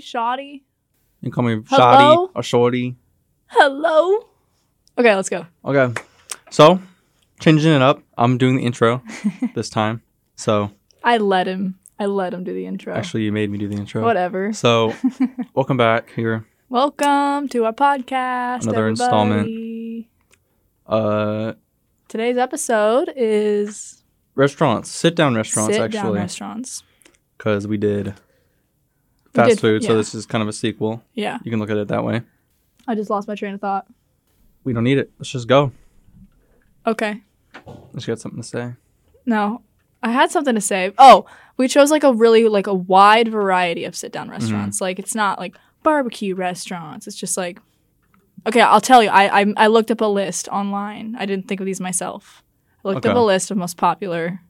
shoddy. You can call me Hello? shoddy or shorty. Hello. Okay, let's go. Okay. So, changing it up, I'm doing the intro this time. So, I let him. I let him do the intro. actually, you made me do the intro. Whatever. So, welcome back here. Welcome to our podcast. Another installment. installment. Uh, Today's episode is restaurants, sit down restaurants, sit down actually, restaurants. because we did fast did- food. So, yeah. this is kind of a sequel. Yeah, You can look at it that way. I just lost my train of thought. We don't need it. Let's just go. Okay, Let's got something to say. no, I had something to say. Oh, we chose like a really like a wide variety of sit down Mm-hmm. restaurants. Like it's not like barbecue restaurants. It's just like okay, I'll tell you. I I, I looked up a list online. I didn't think of these myself. I looked up Okay. a list of most popular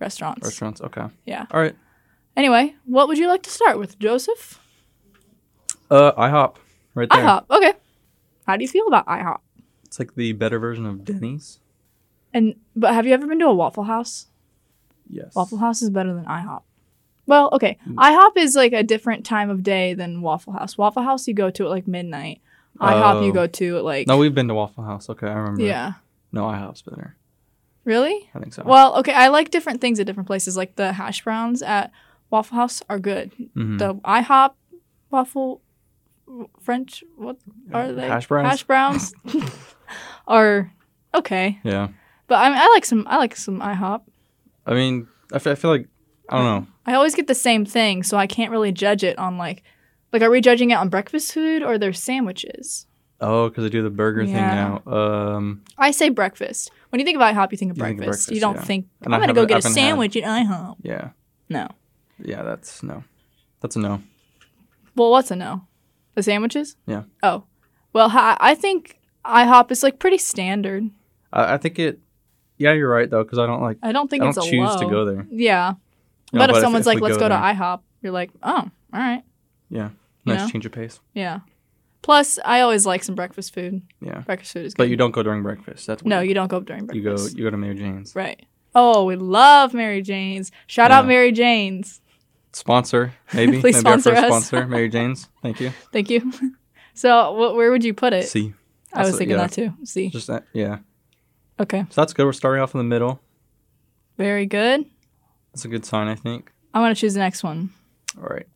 restaurants. Restaurants. Okay. Yeah. All right. Anyway, what would you like to start with, Joseph? Uh, IHOP, right there. IHOP. Okay. How do you feel about IHOP? It's like the better version of Denny's. And but have you ever been to a Waffle House? Yes. Waffle House is better than IHOP. Well, okay. Mm. IHOP is like a different time of day than Waffle House. Waffle House you go to at like midnight. IHOP Oh. you go to at like No, we've been to Waffle House. Okay, I remember. Yeah. No, IHOP's been there. Really? I think so. Well, okay, I like different things at different places. Like the hash browns at Waffle House are good. Mhm. The IHOP waffle French what are they? Hash browns? Hash browns are okay. yeah. But I mean, I like some I like some IHOP. I mean, I fe- I feel like I don't know. I always get the same thing, so I can't really judge it on like, like are we judging it on breakfast food or their sandwiches? Oh, because they do the burger Yeah. thing now. Um, I say breakfast. When you think of IHOP, you think of You think breakfast. of you breakfast, don't yeah. think And I I'm gonna haven't- go get I a haven't sandwich at IHOP. yeah, No. yeah. That's no. That's a no. Well, what's a no? The sandwiches? Yeah. Oh, well, hi- I think IHOP is like pretty standard. I, I think it. Yeah, you're right though, because I don't like. I don't think I it's don't a choose low. to go there. Yeah, No, but if if- someone's if like, we "Let's go, to there, IHOP," you're like, "Oh, all right, you nice know? change of pace. yeah." Plus, I always like some breakfast food. Yeah, Breakfast food is good. but you don't go during breakfast. That's No, weird. you don't go during You breakfast. go. You go to Mayor Jane's. Right. Oh, we love Mary Jane's. Shout out Yeah. Mary Jane's. Sponsor maybe. Please maybe sponsor our first us. sponsor, Mary Jane's. Thank you. Thank you. so, wh- where would you put it? See, I was That's- thinking yeah. that too. See. just that, yeah. Okay. So that's good. We're starting off in the middle. Very good. That's a good sign, I think. I want to choose the next one. All right.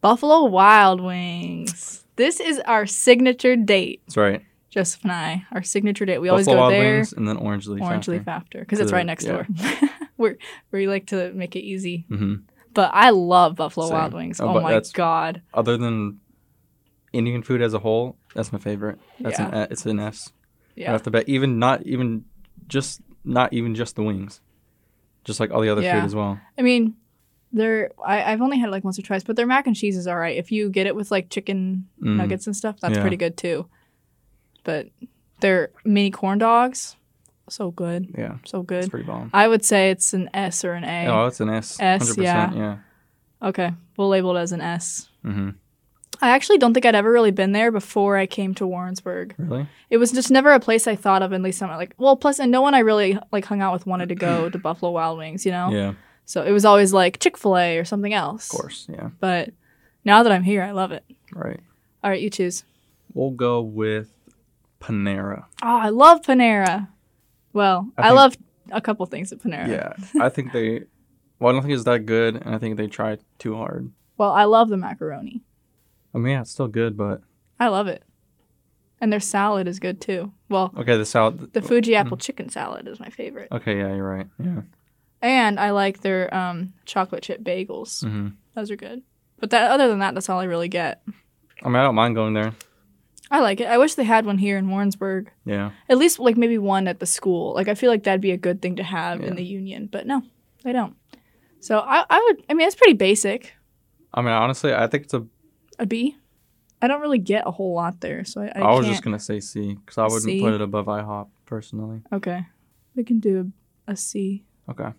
Buffalo Wild Wings. This is our signature date, That's right. Joseph and I. Our signature date. We always Buffalo go Wild there. Wings and then Orange Leaf. Orange after. Leaf after because To it's the- right next yeah. door. We're we like to make it easy, hmm but I love Buffalo Same. Wild Wings. Oh, Oh, but my that's- god! Other than Indian food as a whole, that's my favorite. That's an Yeah. an it's an S. Right Yeah, off the bat, even not even just not even just the wings, just like all the other Yeah. food as well. I mean, they're I, I've only had it like once or twice, but their mac and cheese is all right. If you get it with like chicken Mm. nuggets and stuff, that's Yeah. pretty good too. But their mini corn dogs, so good, Yeah, so it's good. pretty bomb. I would say it's an S or an A. Oh, it's an S. S, 100%, yeah. Yeah. Okay, we'll label it as an S. Mm-hmm. I actually don't think I'd ever really been there before I came to Warrensburg. Really? It was just never a place I thought of, at least I'm like, well, plus, and no one I really like hung out with wanted to go to Buffalo Wild Wings, you know? Yeah. Of So it was always like Chick fil A or something else. course. Yeah. But now that I'm here, I love it. Right. All right, you choose. We'll go with Panera. Oh, I love Panera. Well, I I, think- love a couple things at Panera. Yeah, I think they. Well, I don't think it's that good, and I think they tried too hard. Well, I love the macaroni. I mean, yeah, it's still good, but I love it. And their salad is good too. Well, okay, the salad. the Fuji apple Mm-hmm. chicken salad is my favorite. Okay, yeah, you're right. Yeah. And I like their um, chocolate chip bagels. hmm Those are good. But that other than that, that's all I really get. I mean, I don't mind going there. I like it. I wish they had one here in Warrensburg. Yeah. At least like maybe one at the school. Like I feel like that'd be a good thing to have Yeah. in the union, but no, they don't. So I, I would I mean it's pretty basic. I mean, honestly, I think it's a. a B. I don't really get a whole lot there, so I, I, I, was can't. just gonna say C because I wouldn't C? put it above IHOP personally. Okay, we can do a, a C. Okay.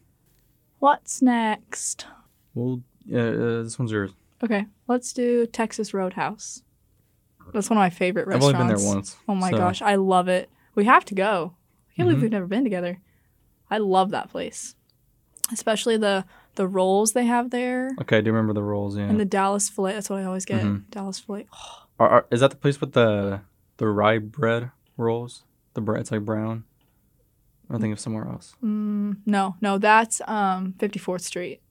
What's next? Well, yeah, uh, this one's yours. Okay, let's do Texas Roadhouse. That's one of my favorite I've restaurants. only been there once. Oh my so- gosh, I love it. We have to go. I can't believe Mhm. we've never been together. I love that place, especially the the rolls they have there Okay, I do remember the rolls. Yeah. and the Dallas fillet. That's what I always get. Mhm. Dallas fillet. Are, are, is that the place with the the rye bread rolls? The bread, it's like brown. I'm thinking of somewhere else. Mm, no, no, that's um 54th Street.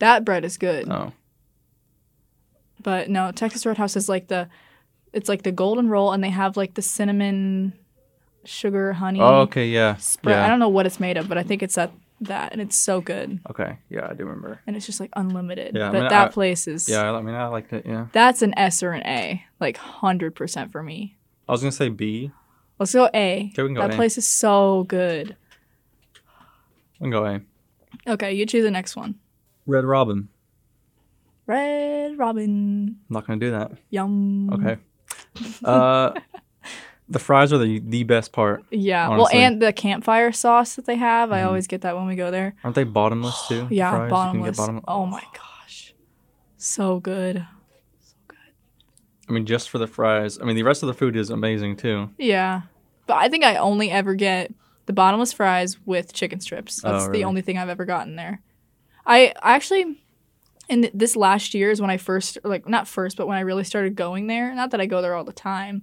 That bread is good, Oh, but no, Texas Roadhouse is like the, it's like the golden roll, and they have like the cinnamon, sugar, honey. oh okay, yeah, spread. yeah. I don't know what it's made of, but I think it's that that, and it's so good, okay, yeah, I do remember. and it's just like unlimited. Yeah, I but mean, that I- place is Yeah, I mean, I liked it. Yeah, that's an S or an A, like hundred percent for me. I was gonna say B. Let's go A. Okay, we can go that A. place is so good. We can go A. Okay, you choose the next one. Red Robin. Red Robin, I'm not gonna do that. yum. Okay. Uh, the fries are the the best part. Yeah. honestly. Well, and the campfire sauce that they have, I Mhm. always get that when we go there. Aren't they bottomless too? the Yeah, fries? You can get bottomless. bottom- Oh my gosh, so good. I mean, just for the fries. I mean, the rest of the food is amazing too. Yeah, but I think I only ever get the bottomless fries with chicken strips. Oh, That's really? the only thing I've ever gotten there. I I actually, and th- this last year is when I first like not first, but when I really started going there. Not that I go there all the time,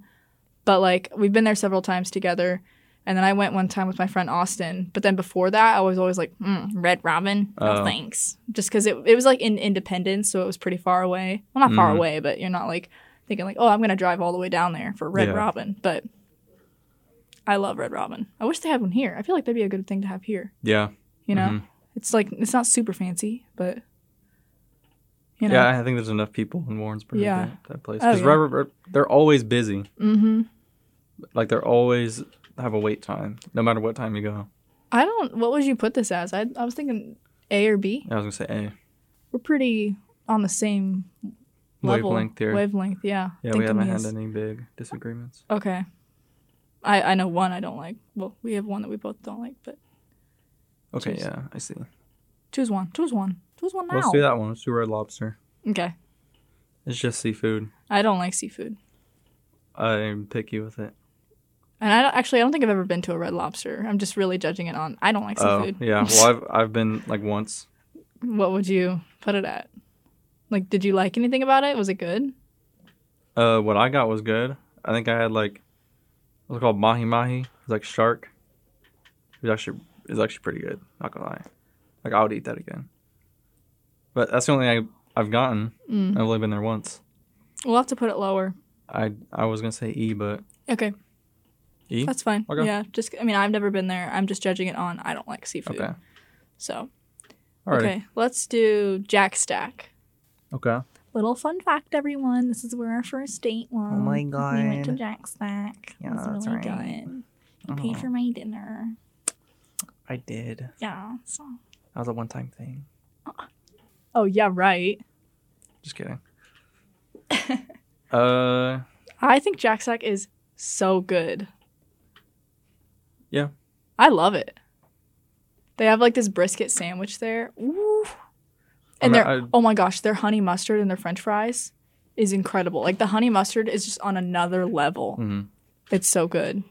but like we've been there several times together. And then I went one time with my friend Austin. But then before that, I was always like, mm, Red Robin, no Oh. thanks. Just because it, it was like in Independence, so it was pretty far away. Well, not far Mhm. away, but you're not like thinking like, oh, I'm gonna drive all the way down there for Red Yeah. Robin. But I love Red Robin. I wish they had one here. I feel like that'd be a good thing to have here. Yeah. You know, Mhm. it's like it's not super fancy, but you know, Yeah, I think there's enough people in Warrensburg. Yeah. Yeah. That, that place. Oh, Because yeah. they're always busy. mm-hmm. Like they're always have a wait time, no matter what time you go. I don't. What would you put this as? I I was thinking A or B. I was gonna say A. We're pretty on the same level. Wavelength here. Wavelength, yeah. yeah, Think we of haven't me had as- any big disagreements. Okay. I I know one I don't like. Well, we have one that we both don't like, but Okay, Jeez. yeah, I see. choose one. Choose one. Choose one now. Let's do that one. Let's do red lobster. Okay. It's just seafood. I don't like seafood. I'm picky with it. And I don't, actually, I don't think I've ever been to a Red Lobster. I'm just really judging it on. I don't like Oh, seafood. yeah. Well, I've I've been like once. what would you put it at? Like, did you like anything about it? Was it good? Uh, what I got was good. I think I had like what's it called mahi mahi. It's like shark. It was actually it was actually pretty good. Not gonna lie, like I would eat that again. But that's the only thing I I've gotten. Mm. I've only been there once. We'll have to put it lower. I I was gonna say E, but Okay, E. that's fine. Okay. Yeah, just I mean, I've never been there. I'm just judging it on. I don't like seafood. okay. So Alrighty. okay, let's do Jack Stack. Okay. Little fun fact, everyone. This is where our first date was. Oh my We went to God. Jack Stack. Yeah, it was that's really right. Oh. good. You paid for my dinner. I did. Yeah. So. That was a one time thing. Oh yeah, right. Just kidding. uh, I think Jack Stack is so good. Yeah. I love it. They have like this brisket sandwich there. Ooh. And I mean, their I- oh my gosh, their honey mustard and their french fries is incredible. Like the honey mustard is just on another level. mhm. It's so good.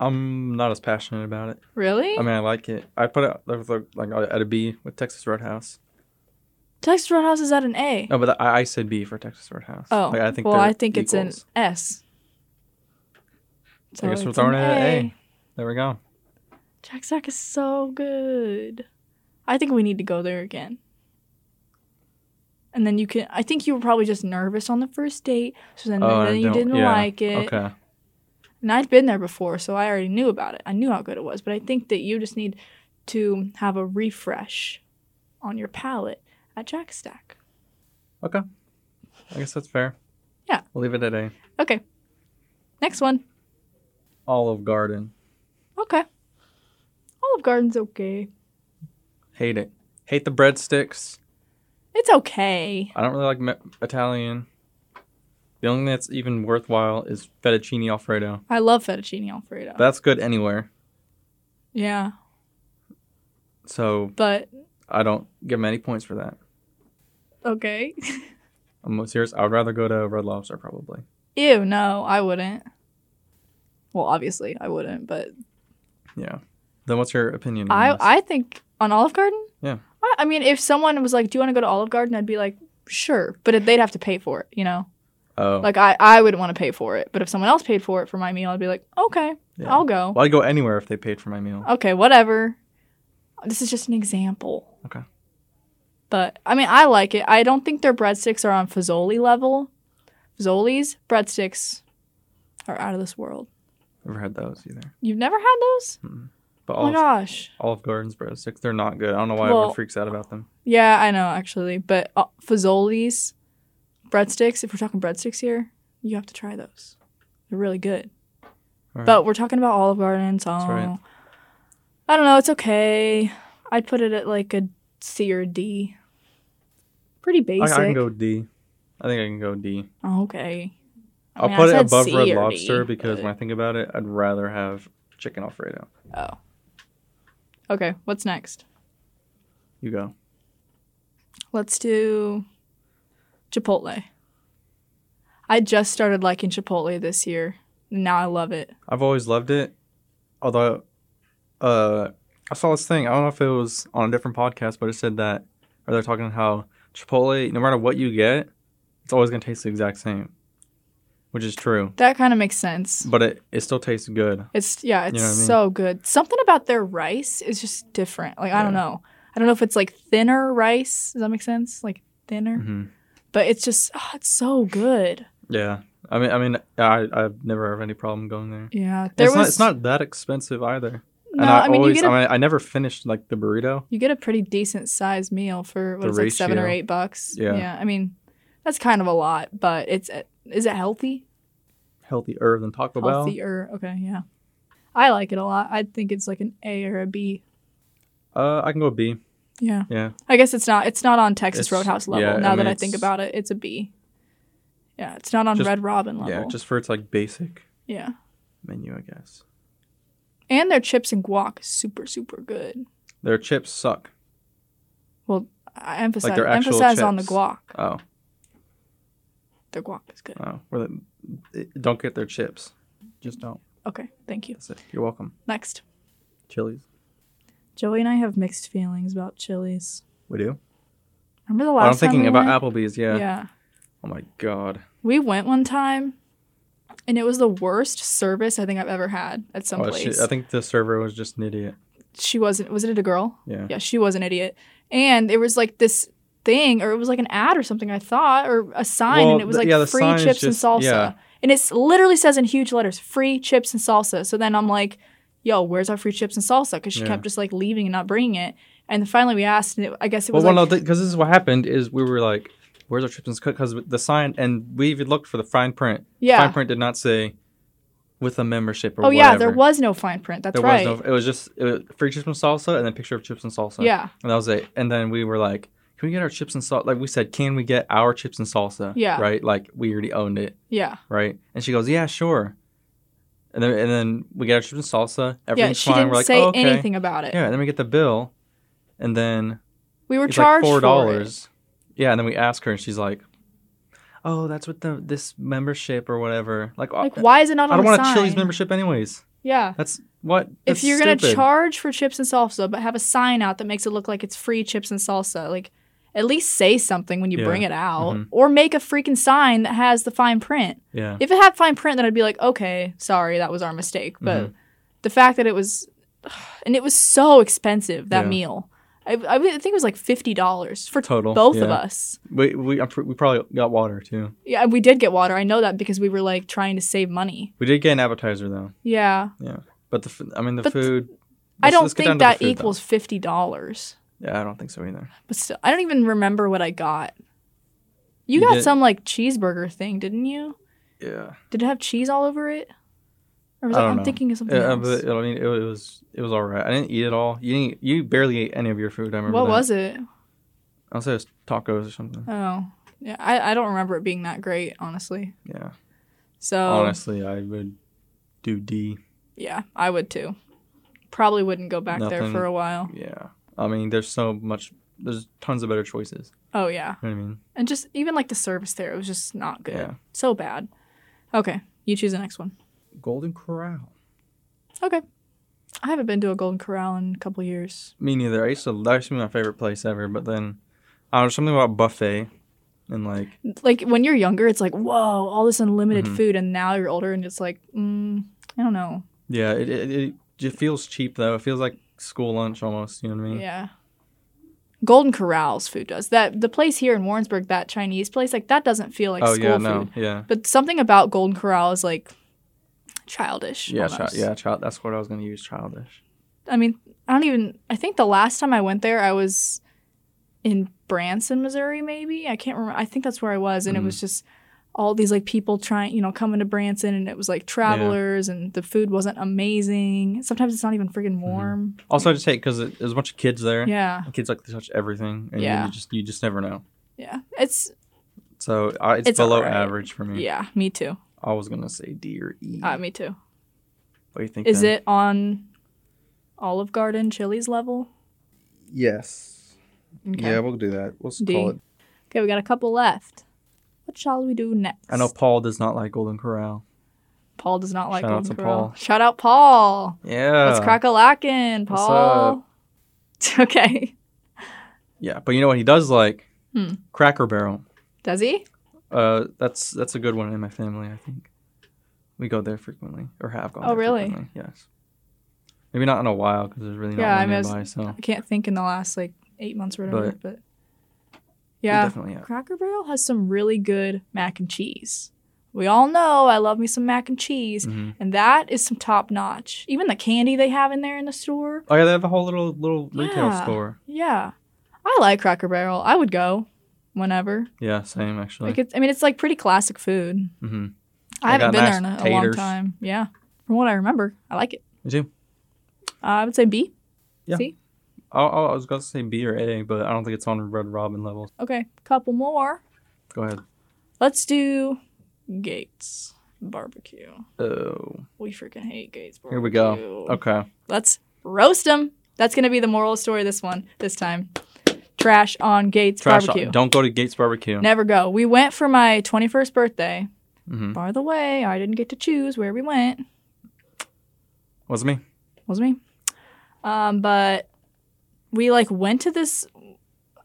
I'm not as passionate about it. Really? I mean, I like it. I put it like, like at a B with Texas Roadhouse. Texas Roadhouse is at an A. No, but I, I said B for Texas Roadhouse. Oh, Like, I think well, they're I think it's an equals. S. So I guess we're oh, it's an throwing it at A. There we go. Jack Stack is so good. I think we need to go there again. And then you can. I think you were probably just nervous on the first date, so then, Oh, I then you don't- didn't yeah, like it. Okay. And I'd been there before, so I already knew about it. I knew how good it was, but I think that you just need to have a refresh on your palate at Jack Stack. Okay. I guess that's fair. Yeah. We'll leave it at A. Okay. Next one. Olive Garden. Okay. Olive Garden's okay. Hate it. Hate the breadsticks. It's okay. I don't really like me- Italian. The only thing that's even worthwhile is fettuccine alfredo. I love fettuccine alfredo. That's good anywhere. yeah, So but I don't give them any points for that. okay. I'm serious. I would rather go to Red Lobster probably. Ew, no, I wouldn't. Well, obviously I wouldn't, but Yeah. Then what's your opinion? on I this? I think On Olive Garden? Mm. Yeah. I- I mean, if someone was like, "Do you want to go to Olive Garden?" I'd be like, "Sure," but if they'd have to pay for it, you know. Oh, Like I, I wouldn't want to pay for it, but if someone else paid for it for my meal, I'd be like, "Okay, yeah. I'll go." Well, I'd go anywhere if they paid for my meal. Okay, whatever. This is just an example. Okay. But I mean, I like it. I don't think their breadsticks are on Fazoli level. Fazoli's breadsticks are out of this world. Never had those either. You've never had those? But Oh my Olive, gosh. Olive Garden's breadsticks, they're not good. I don't know why Well- everyone freaks out about them. Yeah, I know actually, but uh, Fazoli's breadsticks. If we're talking breadsticks here, you have to try those. They're really good. All right. But we're talking about Olive Garden, so right. I don't know. It's okay. I'd put it at like a C or a D. Pretty I, basic. Oh, I can go D. I think I can go D. Okay. I I'll mean, I put it said above C Red or D, Lobster because but- when I think about it, I'd rather have chicken Alfredo. Okay, what's next? You go. Let's do Chipotle. I just started liking Chipotle this year. Now I love it. I've always loved it. Although, uh, I saw this thing. I don't know if it was on a different podcast, but it said that, or they're talking how Chipotle, no matter what you get, it's always going to taste the exact same, which is true. That kind of makes sense. But it, it still tastes good. It's yeah, it's know what I mean? so good. Something about their rice is just different. Like I don't Yeah. know. I don't know if it's like thinner rice. Does that make sense? Like thinner, hmm but it's just oh, it's so good. Yeah. I mean, I mean, I, I've never have any problem going there. Yeah, there was it's, not, it's not that expensive either. no. and I, I, mean, always, you get a I, mean, I never finished like the burrito. you get a pretty decent sized meal for The what is it, like seven or ratio. eight bucks. Yeah. I mean, that's kind of a lot, but it's is it healthy? Healthier than Taco Bell. Healthier. Okay, yeah. I like it a lot. I think it's like an A or a B. Uh, I can go B. Yeah. Yeah. I guess it's not it's not on Texas It's- Roadhouse level. yeah, I now that mean, I think it's- about it, it's a B. Yeah, it's not on Just- Red Robin level. Yeah, just for its like basic yeah. menu, I guess. And their chips and guac is super super good. Their chips suck. I emphasize their actual emphasize on the chips. guac. Oh, Their guac is good. oh. Well, then, eh, don't get their chips. Just don't. Okay, thank you. That's it. You're welcome. Next. Chili's. Joey and I have mixed feelings about chilies. We do. Remember the Oh, I'm last time thinking we about went? Applebee's. Yeah. Yeah. Oh my god. We went one time and it was the worst service I think I've ever had at some Oh, she, place. I think the server was just an idiot. she wasn't was it a girl? Yeah. Yeah, she was an idiot. And there was like this thing or it was like an ad or something I thought or a sign Well, and it was the- like yeah, the free sign is chips just- and salsa. yeah. And it literally says in huge letters free chips and salsa. So then I'm like, yo, where's our free chips and salsa? Cuz she Yeah. kept just like leaving and not bringing it. And then finally we asked and it, I guess it Well, was well, like, no, because this is what happened. Is we were like, "Where's our chips and cook?" Because the sign, and we even looked for the fine print. Yeah. Fine print did not say with a membership or Oh yeah, whatever. there was no fine print. That's There right. was no. It was just it was free chips and salsa, and then picture of chips and salsa. Yeah. and that was it. And then we were like, "Can we get our chips and salsa?" Like we said, "Can we get our chips and salsa?" Yeah. right. Like we already owned it, yeah. right? And she goes, "Yeah, sure." And then and then we get our chips and salsa. Yeah, Everything's she fine. didn't we're like, say oh, okay. anything about it. Yeah, and then we get the bill, and then We were it's like charged four for it. dollars. Yeah, and then we ask her, and she's like, "Oh, that's with the this membership or whatever." Like, Like, I, why is it not on I don't the want sign? a Chili's membership anyways. Yeah. That's what. If That's you're gonna stupid. charge for chips and salsa, but have a sign out that makes it look like it's free chips and salsa, like at least say something when you Yeah. bring it out, Mhm. or make a freaking sign that has the fine print. yeah, If it had fine print, then I'd be like, okay, sorry, that was our mistake. But Mm-hmm. the fact that it was, and it was so expensive that Yeah. meal. I, I think it was like fifty dollars for Total, both of yeah. us. we we I'm, pr- we probably got water too. Yeah, we did get water. I know that because we were like trying to save money. We did get an appetizer though, Yeah. but the f- I mean the But food. I let's- don't let's get think down to the that food, though. equals fifty dollars. Yeah, I don't think so either. But still I don't even remember what I got. You, You got did- some like cheeseburger thing, didn't you? Yeah, Did it have cheese all over it? Or was I I don't I'm know. thinking of something yeah uh, else. but I mean it was it was all right. I didn't eat it all. You didn't, you barely ate any of your food. I remember. what that. was it? I'll say it was tacos or something. Oh. Yeah, I, I don't remember it being that great, honestly. Yeah, So honestly, I would do D. yeah, I would too. Probably wouldn't go back there Nothing. for a while. Yeah. I mean, there's so much, there's tons of better choices. Oh yeah. You know what I mean? And just even like the service there, it was just not good. Yeah. So bad. Okay. You choose the next one. Golden Corral. Okay. I haven't been to a Golden Corral in a couple years. Me neither. I used to that used to be my favorite place ever, but then I don't know something about buffet and like Like when you're younger, it's like whoa, all this unlimited Mhm. food, and now you're older, and it's like mm, I don't know. yeah, it it, it it feels cheap though. It feels like school lunch almost. You know what I mean? Yeah. Golden Corral's food does that. The place here in Warrensburg, that Chinese place, like that doesn't feel like oh school yeah, food. no, yeah, But something about Golden Corral is like childish. yeah, almost. child, yeah, child. That's what I was gonna use. Childish. I mean, I don't even. I think the last time I went there, I was in Branson, Missouri. Maybe I can't remember. I think that's where I was, and it Mm. was just all these like people trying, you know, coming to Branson, and it was like travelers, and the food wasn't amazing. Sometimes it's not even Mm-hmm. friggin' warm. Also, I just hate because there's a bunch of kids there. Yeah, And kids like to touch everything, and Yeah. you just you just never know. yeah. It's So I, it's, It's below alright. average for me. yeah. Me too. I was gonna say D or E. Uh, me too. what do you think? Is then? it on Olive Garden, Chili's level? Yes. Okay. we'll do that. We'll D. call it. Okay, we got a couple left. What shall we do next? I know Paul does not like Golden Corral. Paul does not like Shout out Golden to Corral. Paul. Shout out Paul. Yeah. Let's crack a lackin', What's Paul. okay. Yeah, but you know what he does like? Hmm. Cracker Barrel. Does he? Uh, that's that's a good one in my family. I think we go there frequently, or have gone. Oh, there really? frequently, Yes. Maybe not in a while because there's really not Yeah, I one mean, nearby. So I can't think in the last like eight months or whatever, But- but, we yeah. definitely have. Cracker Barrel has some really good mac and cheese. We all know I love me some mac and cheese, Mhm. and that is some top notch. Even the candy they have in there in the store. Oh yeah, they have a whole little little retail Yeah. store. Yeah. I like Cracker Barrel. I would go whenever. Yeah, same actually. Like it's, I mean, it's like pretty classic food. mm-hmm. I, They haven't got been nice there in a, a long taters. time. Yeah. From what I remember, I like it. Me too. Uh, I would say B. Yeah. C. Oh, oh, I was going to say B or A, but I don't think it's on Red Robin level. Okay. Couple more. Go ahead. Let's do Gates Barbecue. Oh, We freaking hate Gates Barbecue. here we go. Okay. Okay. Let's roast them. That's gonna be the moral story of this one. This time, trash on Gates Trash. Barbecue. Don't go to Gates Barbecue. Never go. We went for my 21st birthday. Mm-hmm. By the way, I didn't get to choose where we went. Was me. was me. Um, but we like went to this.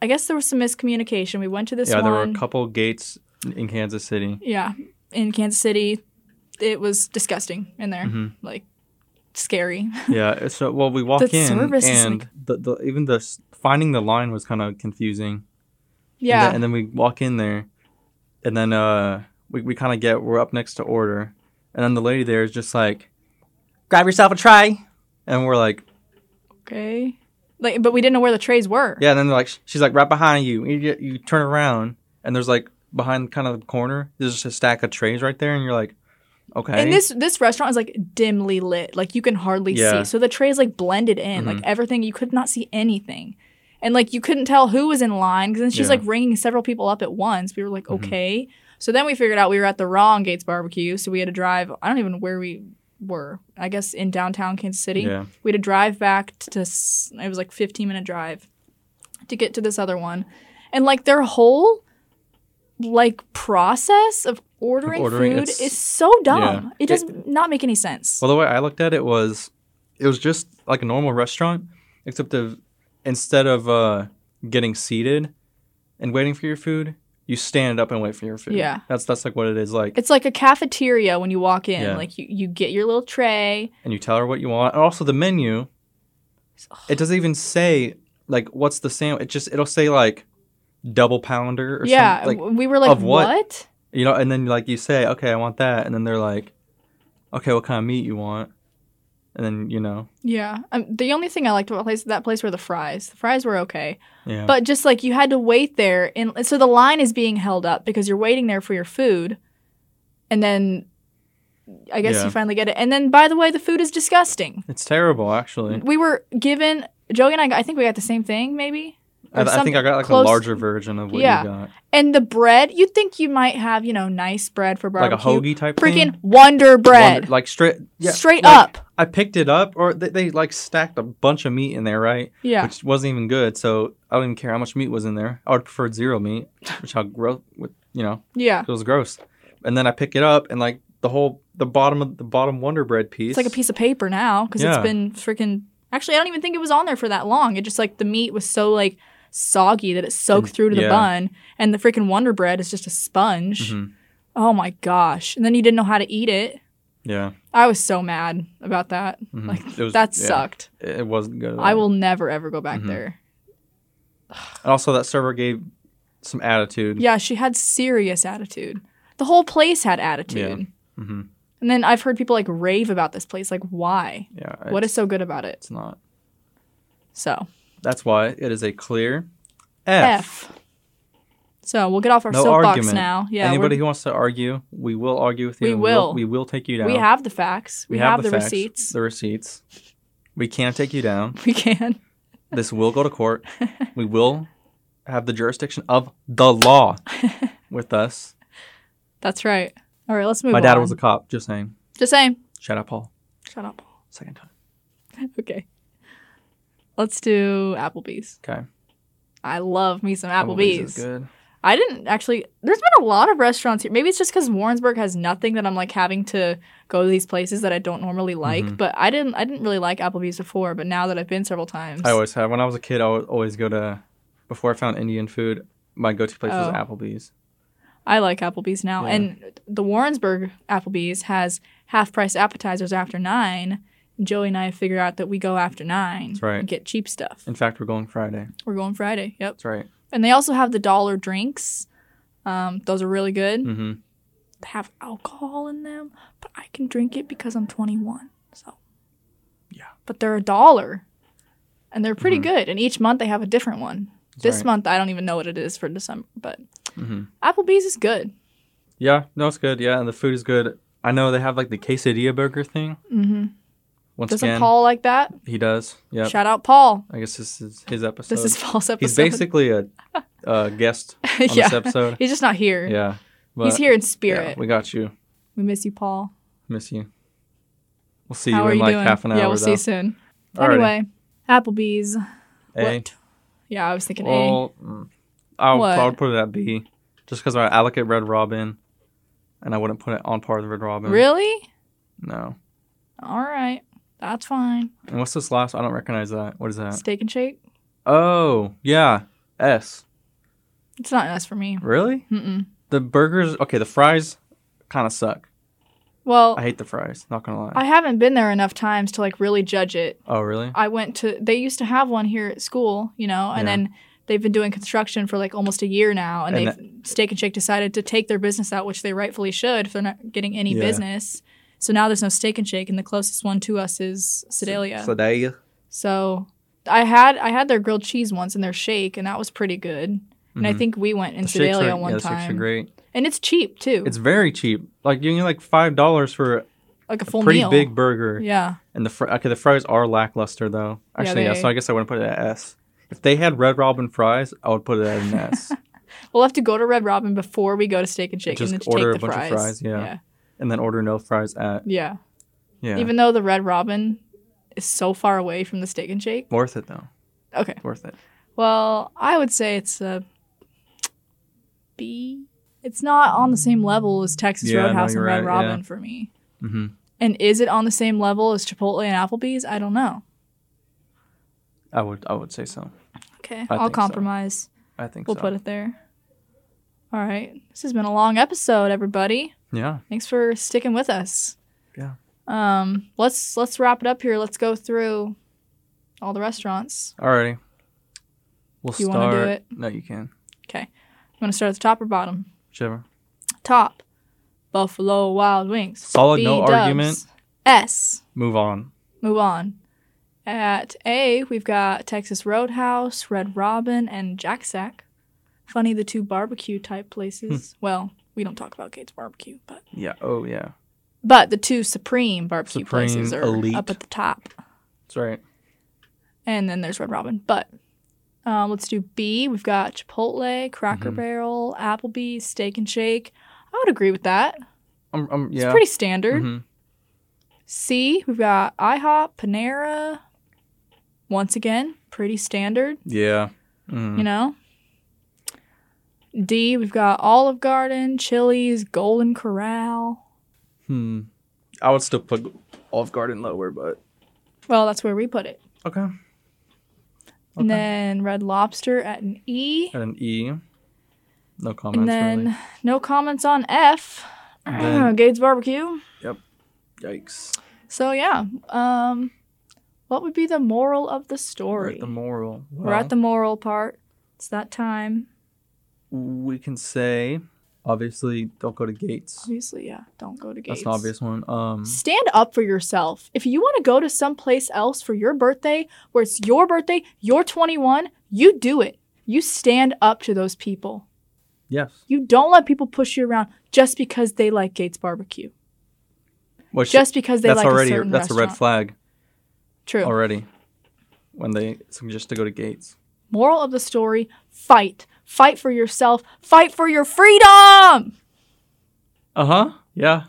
I guess there was some miscommunication. We went to this yeah, one. there were a couple gates in Kansas City. yeah, in Kansas City, it was disgusting in there, Mhm. like scary. Yeah. uh, So well, we walk The in service is and the, the even the s- finding the line was kind of confusing. And Yeah, then, and then we walk in there, and then uh we we kind of get we're up next to order, and then the lady there is just like, grab yourself a tray, and we're like, okay. Like, but we didn't know where the trays were. Yeah, and then they're like, she's like right behind you. You, get- you turn around, and there's like behind kind of the corner, there's just a stack of trays right there, and you're like, okay. And this this restaurant is like dimly lit, like you can hardly Yeah. Mm-hmm. see. So the trays like blended in, like everything. You could not see anything, and like you couldn't tell who was in line because then she's Yeah. Mm-hmm. like ringing several people up at once. We were like, okay. So then we figured out we were at the wrong Gates Barbecue, so we had to drive. I don't even know where we were. I guess in downtown Kansas City. Yeah. We had to drive back to. s- It was like fifteen minute drive to get to this other one, and like their whole like process of ordering, ordering, food it's- is so dumb. yeah. It does not make any sense. well, the way I looked at it was, it was just like a normal restaurant, except of instead of uh, getting seated and waiting for your food, you stand up and wait for your food. Yeah. that's that's like what it is like, it's like a cafeteria when you walk in. Yeah. Like you, you get your little tray. and you tell her what you want, and also the menu. It doesn't even say like what's the sandwich. It just it'll say like double pounder or yeah, something. like- w- we were like, of what? what? you know and then like you say okay i want that and then they're like okay what kind of meat you want and then you know Yeah. Um, the only thing I liked about place that place were the fries. The fries were okay, yeah but just like you had to wait there, and and so the line is being held up because you're waiting there for your food, and then. I guess Yeah. you finally get it. And then, by the way, the food is disgusting. it's terrible actually We were given, Joey and I, got- I think we got the same thing, maybe? or I, I think i something got like close- a larger version of what Yeah. you got And the bread, you'd think you might have, you know, nice bread for barbecue. like a hoagie type Freaking thing? Wonder bread. Wonder- like straight yeah, Straight like, up. i picked it up or they, they like stacked a bunch of meat in there right Yeah. which wasn't even good so i don't even care how much meat was in there i would have preferred zero meat which how gross you know yeah. it was gross and then i pick it up and like the whole the bottom of the bottom Wonder Bread piece. It's like a piece of paper now because Yeah. it's been freaking. Actually, I don't even think it was on there for that long. It just like the meat was so like soggy that it soaked through to the yeah. bun, and the freaking Wonder Bread is just a sponge. Mhm. Oh my gosh! And then you didn't know how to eat it. Yeah, I was so mad about that. Mhm. Like It was- that yeah. sucked. it it wasn't good. at I all. will never ever go back Mhm. there. And also, that server gave some attitude. Yeah, she had serious attitude. The whole place had attitude. hmm And then I've heard people like rave about this place. Like, why? Yeah. what it's- is so good about it? It's not. So That's why it is a clear F. F. So we'll get off our No soapbox argument. now. Yeah, we're- Anybody who wants to argue, we will argue with you. We and will. We will take you down. we have the facts. We, have, the, facts, receipts. The receipts. We can take you down. we can. This will go to court. we will have the jurisdiction of the law with us. That's right. All right, let's move. My dad on. was a cop. Just saying. Just saying. Shout out, Paul. Shut up. Second time. Okay. Let's do Applebee's. Okay. I love me some Applebee's. Applebee's is good. I didn't actually. There's been a lot of restaurants here. Maybe it's just because Warrensburg has nothing that I'm like having to go to these places that I don't normally like. Mhm. But I didn't. I didn't really like Applebee's before. But now that I've been several times, I always have. When I was a kid, I would always go to. Before I found Indian food, my go-to place was Oh. Applebee's. I like Applebee's now. Yeah. And the Warrensburg Applebee's has half price appetizers after nine. Joey and I figure out that we go after nine That's right. and get cheap stuff. In fact, we're going Friday. We're going Friday. Yep. That's right. And they also have the dollar drinks. Um, those are really good. Mm-hmm. They have alcohol in them, but I can drink it because I'm 21. So, Yeah. But they're a dollar, and they're pretty Mhm. good. And each month they have a different one. this right. month I don't even know what it is for December, but Mhm. Applebee's is good. Yeah, no, it's good. Yeah, and the food is good. I know they have like the quesadilla burger thing. Mm-hmm. Once Doesn't again, Paul like that? he does. Yeah, Shout out Paul. I guess this is his episode. This is Paul's episode. He's basically a, a guest on yeah. this episode. He's just not here. Yeah, but He's here in yeah, spirit. we, we got you. miss you, Paul. Miss you. We'll see How you are in you like doing? half an hour. yeah, we'll see though. you soon. Alrighty. Anyway, Applebee's. A. What? Yeah, I was thinking A. Well, mm, I would, I What? would put it at B, just because I allocate Red Robin, and I wouldn't put it on par with Red Robin. Really? No. All right. That's fine. And what's this last? I don't recognize that. What is that? Steak and shake? Oh, yeah. S. It's not us for me. Really? Mm-mm. The burgers, okay, the fries kind of suck. Well, I hate the fries, not gonna lie. I haven't been there enough times to like really judge it. oh, really? I went to they used to have one here at school, you know, and Yeah. then they've been doing construction for like almost a year now, and, And they've Steak and Shake decided to take their business out, which they rightfully should if they're not getting any Yeah. business. So now there's no Steak and Shake, and the closest one to us is Sedalia. So, Sedalia. I had I had their grilled cheese once and their shake, and that was pretty good. And I Mhm. think we went in The shakes Sedalia are, one yeah, the shakes are time, great. and it's cheap too. It's very cheap. Like you can get like five dollars for like a a full pretty meal. big burger, Yeah, and the fr- okay, the fries are lackluster though. Actually, yeah, they- So I guess I wouldn't put it at S. If they had Red Robin fries, I would put it at an S. we'll have to go to Red Robin before we go to Steak and Shake, Just and then order take a the bunch of fries. fries, yeah. yeah, and then order no fries at yeah. yeah. even though the Red Robin is so far away from the Steak and Shake. worth it though. Okay. Worth it. Well, I would say it's a B. It's not on the same level as Texas Yeah, no, Roadhouse you're and Red right, yeah. Robin for me. hmm And is it on the same level as Chipotle and Applebee's? I don't know. I would. I would say so. Okay, I I'll think so. compromise. I think We'll so. put it there. All right. This has been a long episode, everybody. Yeah. Thanks for sticking with us. Yeah. Um, let's let's wrap it up here. Let's go through all the restaurants. Alrighty. We'll You wanna start. do it? No, you can. You want to start at the top or bottom? Whichever. Top. Buffalo Wild Wings. Solid, no B-dubs. argument. S. Move on. Move on. At A, we've got Texas Roadhouse, Red Robin, and Jack Sack. Funny, the two barbecue type Hmm. places. Well, we don't talk about Gates Barbecue, but Yeah. Oh yeah. but the two supreme barbecue Supreme, places are elite. up at the top. That's right. And then there's Red Robin. But um, let's do B. We've got Chipotle, Cracker Mhm. Barrel, Applebee's, Steak and Shake. I would agree with that. I'm. I'm It's Um, yeah. pretty standard. Mhm. C, we've got IHOP, Panera. Once again, pretty standard, Yeah. Mhm. you know. D, we've got Olive Garden, Chili's, Golden Corral. Hmm. I would still put Olive Garden lower, but Well, that's where we put it. okay. And Okay. then Red Lobster at an E. At an E. No comments. And then really. no comments on F. And Gates Barbecue. Yikes. So yeah, um, what would be the moral of the We're story? at the moral. We're at the moral part. It's that time. We can say, obviously, don't go to Gates. Obviously, yeah. Don't go to Gates. That's an obvious one. Um, Mm-hmm. Stand up for yourself. If you want to go to someplace else for your birthday, where it's your birthday, you're 21, you do it. You stand up to those people. yes. You don't let people push you around just because they like Gates Barbecue. Which Just because they that's like already a certain that's a red restaurant. flag True. already. When they suggest to go to Gates. Moral of the story: fight, fight for yourself, fight for your freedom. Uh huh. Yeah.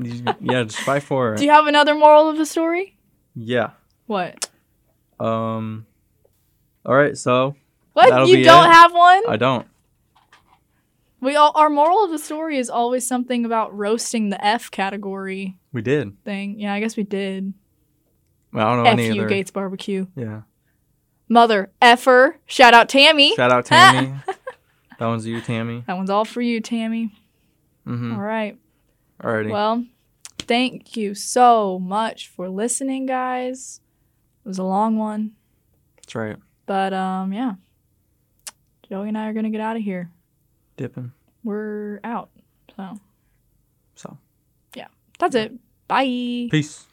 You- yeah. Just buy for Do you have another moral of the story? Yeah. What? Um. All right. So What? That'll you be don't it. have one? I don't. we all, our moral of the story is always something about roasting the F category We did. thing. Yeah, I guess we did. Well, I don't know F any you other. Gates barbecue. Yeah. Mother effer. Shout out Tammy. Shout out Tammy. that one's you, Tammy. that one's all for you, Tammy. Mm-hmm. All right. Alrighty. Well, thank you so much for listening, guys. It was a long one. That's right. But um, yeah, Joey and I are gonna get out of here. Dipping. We're out. So So. that's it. Bye. Peace.